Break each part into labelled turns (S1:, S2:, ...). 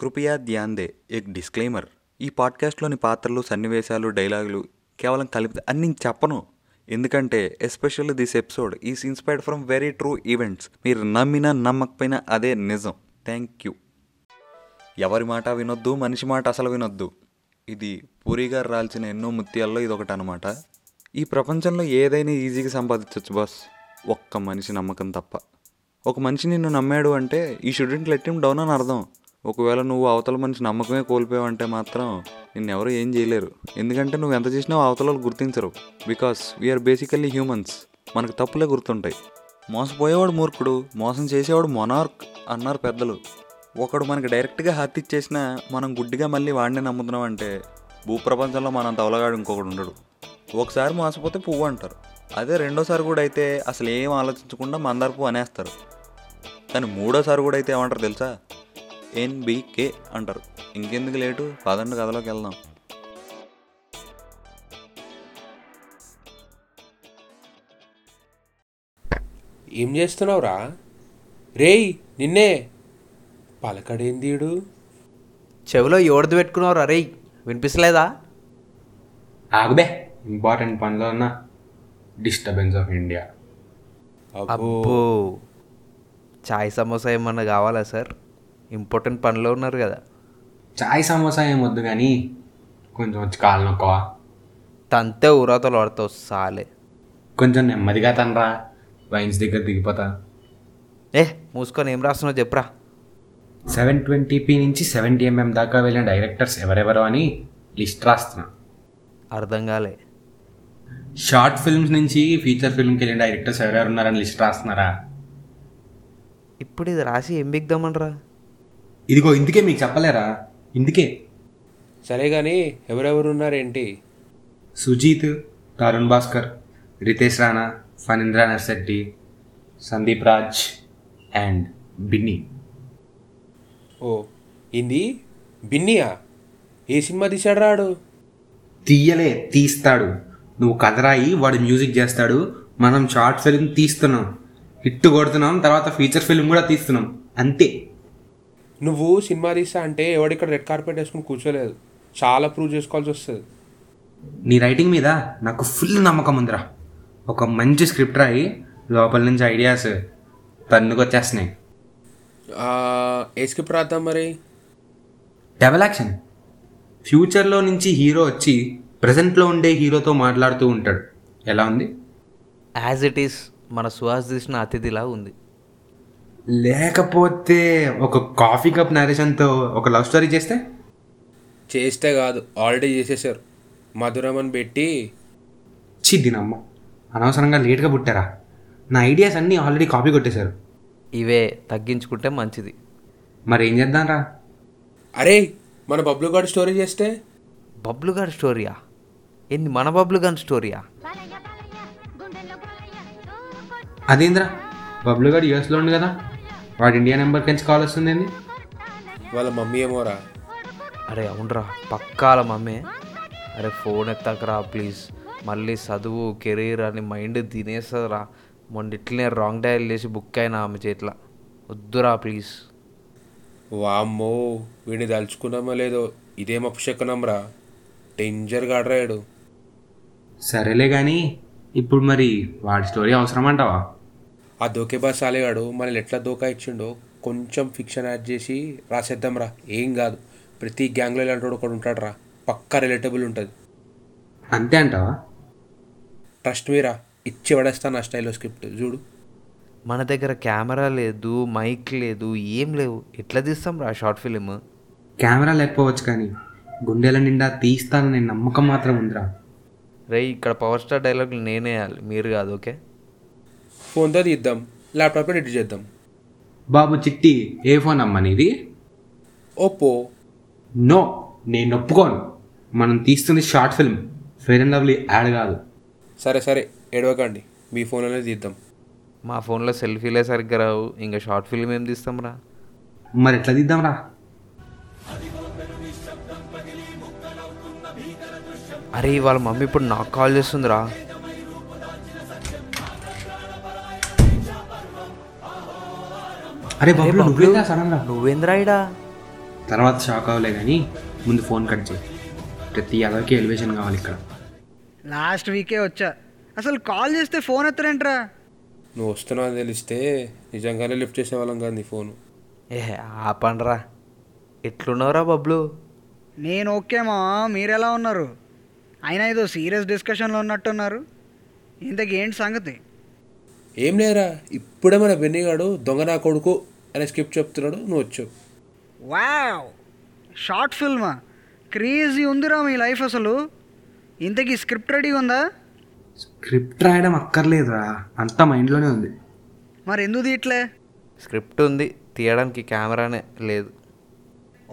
S1: కృపయా ధ్యాన్ దే ఎక్ డిస్క్లైమర్ ఈ పాడ్కాస్ట్లోని పాత్రలు సన్నివేశాలు డైలాగులు కేవలం కలిపి అని నేను చెప్పను ఎందుకంటే especially this episode is inspired from very true events మీరు నమ్మినా నమ్మకపోయినా అదే నిజం థ్యాంక్ యూ ఎవరి మాట వినొద్దు మనిషి మాట అసలు వినొద్దు ఇది పూరి గారు రాల్చిన ఎన్నో ముత్యాల్లో ఇదొకటి అనమాట ఈ ప్రపంచంలో ఏదైనా ఈజీగా సంపాదించవచ్చు బాస్ ఒక్క మనిషి నమ్మకం తప్ప ఒక మనిషి నిన్ను నమ్మాడు అంటే ఈ షుడెంట్ లెట్ హిమ్ డౌన్ అని అర్థం ఒకవేళ నువ్వు అవతల మనిషి నమ్మకమే కోల్పోయావంటే మాత్రం నిన్నెవరూ ఏం చేయలేరు ఎందుకంటే నువ్వు ఎంత చేసినా అవతల వాళ్ళు గుర్తించరు బికాస్ వీఆర్ బేసికల్లీ హ్యూమన్స్ మనకు తప్పులే గుర్తుంటాయి మోసపోయేవాడు మూర్ఖుడు మోసం చేసేవాడు మొనార్క్ అన్నారు పెద్దలు ఒకడు మనకి డైరెక్ట్గా హత్య ఇచ్చేసినా మనం గుడ్డిగా మళ్ళీ వాడినే నమ్ముతున్నాం అంటే భూప్రపంచంలో మనంత అవలగాడు ఇంకొకడు ఉండడు ఒకసారి మోసపోతే పువ్వు అంటారు అదే రెండోసారి కూడా అయితే అసలు ఏం ఆలోచించకుండా మందార పువ్వు అనేస్తారు కానీ మూడోసారి కూడా అయితే ఏమంటారు తెలుసా ఎన్బికే అంటారు ఇంకెందుకు లేటు పదండు కథలోకి వెళ్దాం
S2: ఏం చేస్తున్నావురా రేయ్ నిన్నే పలకడేందీడు
S3: చెవిలో ఎవరిది పెట్టుకున్నావు రే వినిపిస్తలేదా
S4: ఆగబే ఇంపార్టెంట్ పనిలో ఉన్న డిస్టర్బెన్స్ ఆఫ్ ఇండియా
S3: అబ్బో చాయ్ సమోసా ఏమన్నా కావాలా సార్ ఇంపార్టెంట్ పనిలో ఉన్నారు కదా
S4: చాయ్ సమోసా ఏమొద్దు కానీ కొంచెం వచ్చి కాలు నొక్కవా
S3: తంతే ఊరతలు పడతావు సాలే
S4: కొంచెం నెమ్మదిగా తనరా వైన్స్ దగ్గర దిగిపోతా
S3: ఏ మూసుకొని ఏం రాస్తున్నావు చెప్పురా
S4: సెవెన్ ట్వంటీ పీ నుంచి సెవెంటీ ఎంఎం దాకా వెళ్ళిన డైరెక్టర్స్ ఎవరెవరో అని లిస్ట్ రాస్తున్నా
S3: అర్థం కాలే
S4: షార్ట్ ఫిల్మ్స్ నుంచి ఫీచర్ ఫిల్మ్కి వెళ్ళిన డైరెక్టర్స్ ఎవరెవరు ఉన్నారని లిస్ట్ రాస్తున్నారా
S3: ఇప్పుడు ఇది రాసి ఏం బిగ్దామనరా
S4: ఇదిగో ఇందుకే మీకు చెప్పలేరా ఇందుకే
S2: సరే కానీ ఎవరెవరు ఉన్నారేంటి
S4: సుజీత్ తరుణ్ భాస్కర్ రితేష్ రాణా ఫణీంద్ర నర్శెట్టి సందీప్ రాజ్ అండ్ బిన్నీ
S2: ఓ ఇంది బిన్నియా ఏ సినిమా తీశాడు రాడు
S4: తీయలే తీస్తాడు నువ్వు కథ రాయి వాడు మ్యూజిక్ చేస్తాడు మనం షార్ట్ ఫిల్మ్ తీస్తున్నాం హిట్ కొడుతున్నాం తర్వాత ఫీచర్ ఫిల్మ్ కూడా తీస్తున్నాం అంతే
S2: నువ్వు సినిమా తీస్తా అంటే ఎవడిక్కడ రెడ్ కార్పెట్ వేసుకుని కూర్చోలేదు చాలా ప్రూవ్ చేసుకోవాల్సి వస్తుంది
S4: నీ రైటింగ్ మీద నాకు ఫుల్ నమ్మకం ఉందిరా ఒక మంచి స్క్రిప్ట్ రాయి లోపల నుంచి ఐడియాస్ తన్నుకొచ్చేస్తున్నాయి
S2: ఏసుకి ప్రార్థం మరి
S4: డబల్ యాక్షన్ ఫ్యూచర్లో నుంచి హీరో వచ్చి ప్రజెంట్లో ఉండే హీరోతో మాట్లాడుతూ ఉంటాడు ఎలా ఉంది
S3: యాజ్ ఇట్ ఈస్ మన సుహాస్ తీసిన అతిథిలా ఉంది
S4: లేకపోతే ఒక కాఫీ కప్ నరేషన్తో ఒక లవ్ స్టోరీ చేస్తే
S2: చేస్తే కాదు ఆల్రెడీ చేసేసారు మధురమని పెట్టి
S4: చి దీనమ్మ అనవసరంగా లేట్గా పుట్టారా నా ఐడియాస్ అన్నీ ఆల్రెడీ కాపీ కొట్టేశారు
S3: ఇవే తగ్గించుకుంటే మంచిది
S4: మరి ఏం చేద్దాంరా
S2: అరే మన బబ్లు గారు స్టోరీ చేస్తే
S3: బబ్లు గారి స్టోరీయా ఏంది మన బబ్లు గారి స్టోరీయా
S4: అదేంద్రా బబ్లు గారు యూఎస్లో ఉంది కదా వాడు ఇండియా నెంబర్ నుంచి కాల్ వస్తుంది ఏంది
S2: వాళ్ళ మమ్మీ ఏమోరా
S3: అరే అవునరా పక్కాల మమ్మే అరే ఫోన్ ఎత్తాకరా ప్లీజ్ మళ్ళీ చదువు కెరీర్ అని మైండ్ తినేస్తుందిరా మొన్న ఇట్లనే రాంగ్ డయల్ చేసి బుక్ అయినా ఆమె చేతిలో వద్దురా ప్లీజ్
S2: వామ్మో వీడిని దలుచుకున్నామో లేదో ఇదేం అపశకనంరా డేంజర్ గాడ్రాయుడు
S4: సరేలే కానీ ఇప్పుడు మరి వాడి స్టోరీ అవసరం అంటావా
S2: ఆ దోకేబాజ్ సాలేగాడు మనల్ని ఎట్లా దోకా ఇచ్చిండో కొంచెం ఫిక్షన్ యాడ్ చేసి రాసేద్దాంరా ఏం కాదు ప్రతి గ్యాంగ్లో ఇలాంటి ఒకడు ఉంటాడు రా పక్కా రిలేటబుల్ ఉంటుంది
S4: అంతే అంటావా
S2: ట్రస్ట్ మీరా ఇచ్చి పడేస్తాను ఆ స్టైల్లో స్క్రిప్ట్ చూడు
S3: మన దగ్గర కెమెరా లేదు మైక్ లేదు ఏం లేవు ఎట్లా తీస్తాం రా షార్ట్ ఫిలిం
S4: కెమెరా లేకపోవచ్చు కానీ గుండెల నిండా తీస్తాననే నమ్మకం మాత్రం ఉందిరా
S3: రే ఇక్కడ పవర్ స్టార్ డైలాగులు నేనే వేయాలి మీరు కాదు ఓకే
S2: ఫోన్తో తీద్దాం ల్యాప్టాప్లో ఎడిట్ చేద్దాం
S4: బాబు చిట్టి ఏ ఫోన్ అమ్మ నీది
S2: ఓప్పో
S4: నో నేను ఒప్పుకోను మనం తీస్తుంది short film fair and lovely ad కాదు
S2: సరే సరే ఎడవకండి మీ ఫోన్లోనే తీద్దాం
S3: మా ఫోన్లో సెల్ఫీలే సరిగ్గా రావు ఇంకా షార్ట్ ఫిలిం ఏం తీస్తాం రా
S4: మరి ఎట్లా తీద్దాంరా
S3: అరే వాళ్ళ మమ్మీ ఇప్పుడు నాకు కాల్ చేస్తుందిరా
S4: అరే బాబు నువ్వేరా సడన్ రా
S3: నువ్వేంద్రాయిడా
S4: తర్వాత షాక్ అవ్వలే కానీ ముందు ఫోన్ కట్ చేయి ప్రతి అదొకే ఎలివేషన్ కావాలి ఇక్కడ
S5: లాస్ట్ వీకే వచ్చా అసలు కాల్ చేస్తే ఫోన్ ఎత్తరేంట్రా
S2: నువ్వు వస్తున్నావు అని తెలిస్తే నిజంగానే లిఫ్ట్ చేసేవాళ్ళం కాదు నీ ఫోను
S3: ఏ ఆపండ్రా ఎట్లున్నావురా బబ్లు
S5: నేను ఓకేమా మీరెలా ఉన్నారు అయినా ఏదో సీరియస్ డిస్కషన్లో ఉన్నట్టున్నారు ఇంతకీ ఏంటి సంగతి
S2: ఏం లేరా ఇప్పుడే మన బెన్నీగాడు దొంగ నా కొడుకు అనే స్కిప్ చెప్తున్నాడు నువ్వు వచ్చావు
S5: వావ్ షార్ట్ ఫిల్మా క్రేజీ ఉందిరా మీ లైఫ్ అసలు ఇంతకీ స్క్రిప్ట్ రెడీ ఉందా
S4: స్క్రిప్ట్ రాయడం అక్కర్లేదురా అంతా మైండ్లోనే ఉంది
S5: మరి ఎందుకు తీయట్లే
S3: స్క్రిప్ట్ ఉంది తీయడానికి కెమెరానే లేదు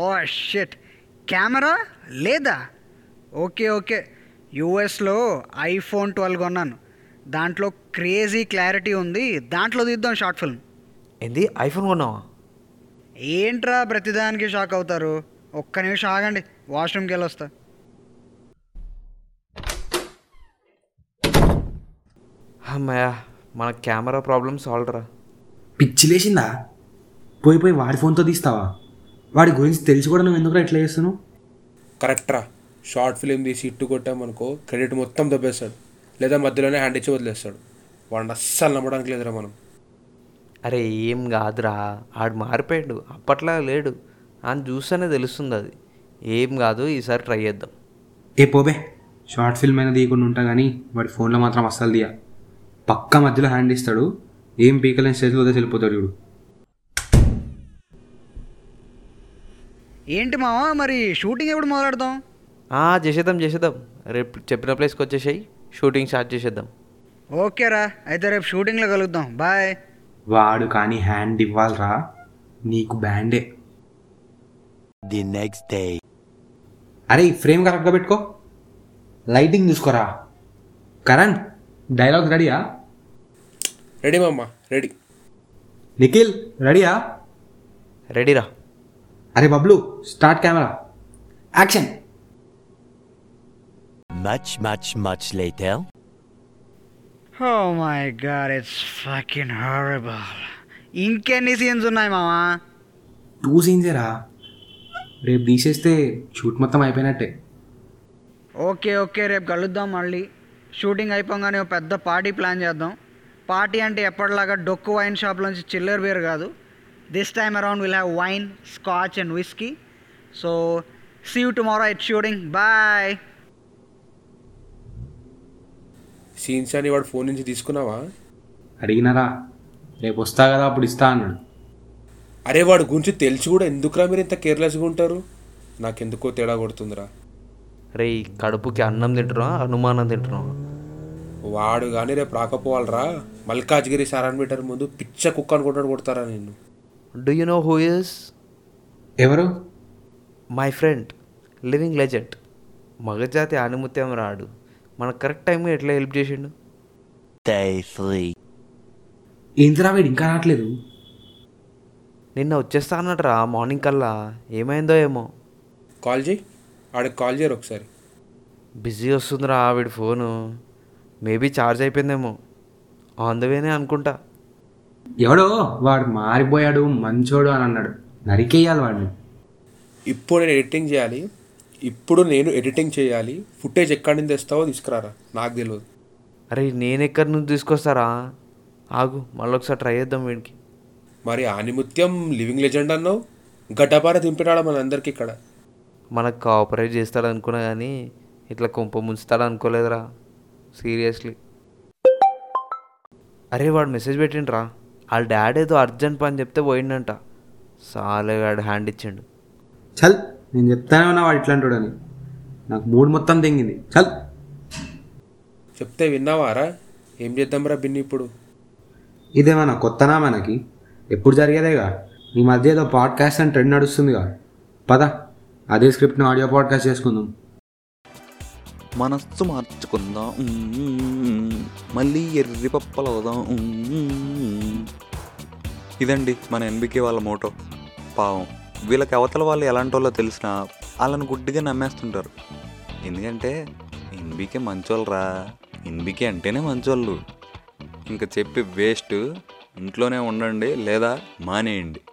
S5: ఓ షిట్ కెమెరా లేదా ఓకే ఓకే యూఎస్లో ఐఫోన్ ట్వెల్వ్ కొన్నాను దాంట్లో క్రేజీ క్లారిటీ ఉంది దాంట్లో తీద్దాం షార్ట్ ఫిల్మ్
S3: ఏంది ఐఫోన్ కొన్నావా
S5: ఏంట్రా ప్రతిదానికి షాక్ అవుతారు ఒక్క నిమిషం ఆగండి వాష్రూమ్కి వెళ్ళొస్తా
S3: అమ్మయ్యా మన కెమెరా ప్రాబ్లం సాల్వ్ రా
S4: పిచ్చి లేచిందా పోయి పోయి వాడి ఫోన్తో తీస్తావా వాడి గురించి తెలిసి కూడా నువ్వు ఎందుకు ఇట్లా చేస్తున్నావు
S2: కరెక్ట్ రా షార్ట్ ఫిలిం తీసి ఇట్టు కొట్టామనుకో క్రెడిట్ మొత్తం దెబ్బేస్తాడు లేదా మధ్యలోనే హ్యాండ్ ఇచ్చి వదిలేస్తాడు వాడిని అస్సలు నమ్మడానికి లేదురా మనం
S3: అరే ఏం కాదురా ఆడు మారిపోయాడు అప్పట్లా లేడు అని చూస్తేనే తెలుస్తుంది అది ఏం కాదు ఈసారి ట్రై చేద్దాం
S4: ఏ పోబే షార్ట్ ఫిల్మ్ అయినా తీయకుండా ఉంటా కానీ వాడి ఫోన్లో మాత్రం అస్సలు తీయ పక్క మధ్యలో హ్యాండ్ ఇస్తాడు ఏం పీకలేని స్టేజ్లో వదిలేసి వెళ్ళిపోతాడు ఇప్పుడు
S5: ఏంటి మావా మరి షూటింగ్ ఎప్పుడు మొదలెడదాం
S3: ఆ, చేసేద్దాం చేసేద్దాం రేపు చెప్పిన ప్లేస్కి వచ్చేసాయి షూటింగ్ స్టార్ట్ చేసేద్దాం
S5: ఓకేరా అయితే రేపు షూటింగ్లో కలుద్దాం బాయ్
S4: వాడు కానీ హ్యాండ్ ఇవ్వాలరా నీకు బ్యాండే ది నెక్స్ట్ డే అరే ఈ ఫ్రేమ్ కరెక్ట్గా పెట్టుకో లైటింగ్ చూసుకోరా కరణ్ డైలాగ్ రెడీయా
S2: రెడీ మామ రెడీ
S4: నిఖిల్ రెడీయా
S3: రెడీరా
S4: అరే Bablu start camera action
S6: Much, much, much later.
S5: Oh my god it's fucking horrible ఇంకెన్ని సీన్స్ ఉన్నాయి మావా
S4: టూ సీన్సేరా రేపు తీసేస్తే షూట్ మొత్తం అయిపోయినట్టే
S5: ఓకే ఓకే రేపు కలుద్దాం మళ్ళీ షూటింగ్ అయిపోగానే ఓ పెద్ద పార్టీ ప్లాన్ చేద్దాం పార్టీ అంటే ఎప్పటిలాగా డొక్కు వైన్ షాప్ నుంచి చిల్లర్ బీర్ కాదు this time around will have wine scotch and whisky so see you tomorrow it shooting boy
S2: scenes అని వాడు ఫోన్ నుంచి తీసుకున్నావా
S4: అడిగినారా రేపు వస్తా కదా అప్పుడు ఇస్తా అన్నాడు
S2: అరే వాడి గురించి తెలిసి కూడా ఎందుకురా మీరు ఇంత కేర్లెస్గా ఉంటారు నాకెందుకో తేడా కొడుతుందిరా
S3: రే కడుపుకి అన్నం తింటున్నావా అనుమానం తింటున్నావా
S2: వాడు కానీ రేపు రాకపోవాలరా మల్కాజ్గిరి సారాన్ మీటర్ ముందు పిచ్చ కుక్క అనుకుంటాడు కొడతారా నిన్ను
S3: do you know who is
S4: ఎవరు
S3: మై ఫ్రెండ్ లివింగ్ లెజెండ్ మగజాతి ఆనిముత్యం రాడు మనకు కరెక్ట్ టైంకి ఎట్లా హెల్ప్ చేసిండు
S6: Day three.
S4: ఏంటిరా వీడు ఇంకా రావట్లేదు
S3: నిన్న వచ్చేస్తా అన్నట్రా మార్నింగ్ కల్లా ఏమైందో ఏమో
S2: కాల్ చేయి ఆడికి కాల్ చేయరు ఒకసారి
S3: బిజీ వస్తుందిరా వీడి ఫోను మేబీ ఛార్జ్ అయిపోయిందేమో ఆన్ ద వేనే అనుకుంటా
S4: ఎవడో వాడు మారిపోయాడు మంచోడు అని అన్నాడు నరికేయాలి వాడిని
S2: ఇప్పుడు నేను ఎడిటింగ్ చేయాలి ఇప్పుడు నేను ఎడిటింగ్ చేయాలి ఫుటేజ్ ఎక్కడి నుంచి తెస్తావో తీసుకురారా నాకు తెలియదు
S3: అరే నేను ఎక్కడి నుంచి తీసుకొస్తారా ఆగు మళ్ళీ ఒకసారి ట్రై చేద్దాం వీడికి
S2: మరి ఆనిముత్యం లివింగ్ లెజెండ్ అన్నావు గడ్డపార దింపినాడు మన అందరికీ ఇక్కడ
S3: మనకు కోఆపరేట్ చేస్తాడు అనుకున్నా కానీ ఇట్లా కొంప ముంచుతాడు అనుకోలేదురా సీరియస్లీ అరే వాడు మెసేజ్ పెట్టిండ్రా వాళ్ళ డాడ్ ఏదో అర్జెంట్ పని చెప్తే పోయిండంట సాలే వాడు హ్యాండ్ ఇచ్చిండు
S4: చల్ నేను చెప్తానే ఉన్నా వాడు ఇట్లాంటి అని నాకు మూడు మొత్తం తెంగింది చల్
S2: చెప్తే విన్నావారా ఏం చేద్దాంరా బిన్ని ఇప్పుడు
S4: ఇదేమన్నా కొత్తనా మనకి ఎప్పుడు జరిగేదేగా ఈ మధ్య ఏదో పాడ్కాస్ట్ అని ట్రెండ్ నడుస్తుందిగా పద అదే స్క్రిప్ట్ని ఆడియో పాడ్కాస్ట్ చేసుకుందాం
S1: మనస్సు మార్చుకుందాం ఉమ్మ్. మళ్ళీ ఎర్రి పప్పలు అవుదాం ఉమ్మ్. ఇదండి మన ఎన్బికే వాళ్ళ మోటో పావం వీళ్ళకి అవతల వాళ్ళు ఎలాంటి వాళ్ళో తెలిసినా వాళ్ళని గుడ్డిగా నమ్మేస్తుంటారు ఎందుకంటే ఎన్బికే మంచోళ్ళరా ఎన్బికే అంటేనే మంచోళ్ళు ఇంకా చెప్పి వేస్ట్ ఇంట్లోనే ఉండండి లేదా మానేయండి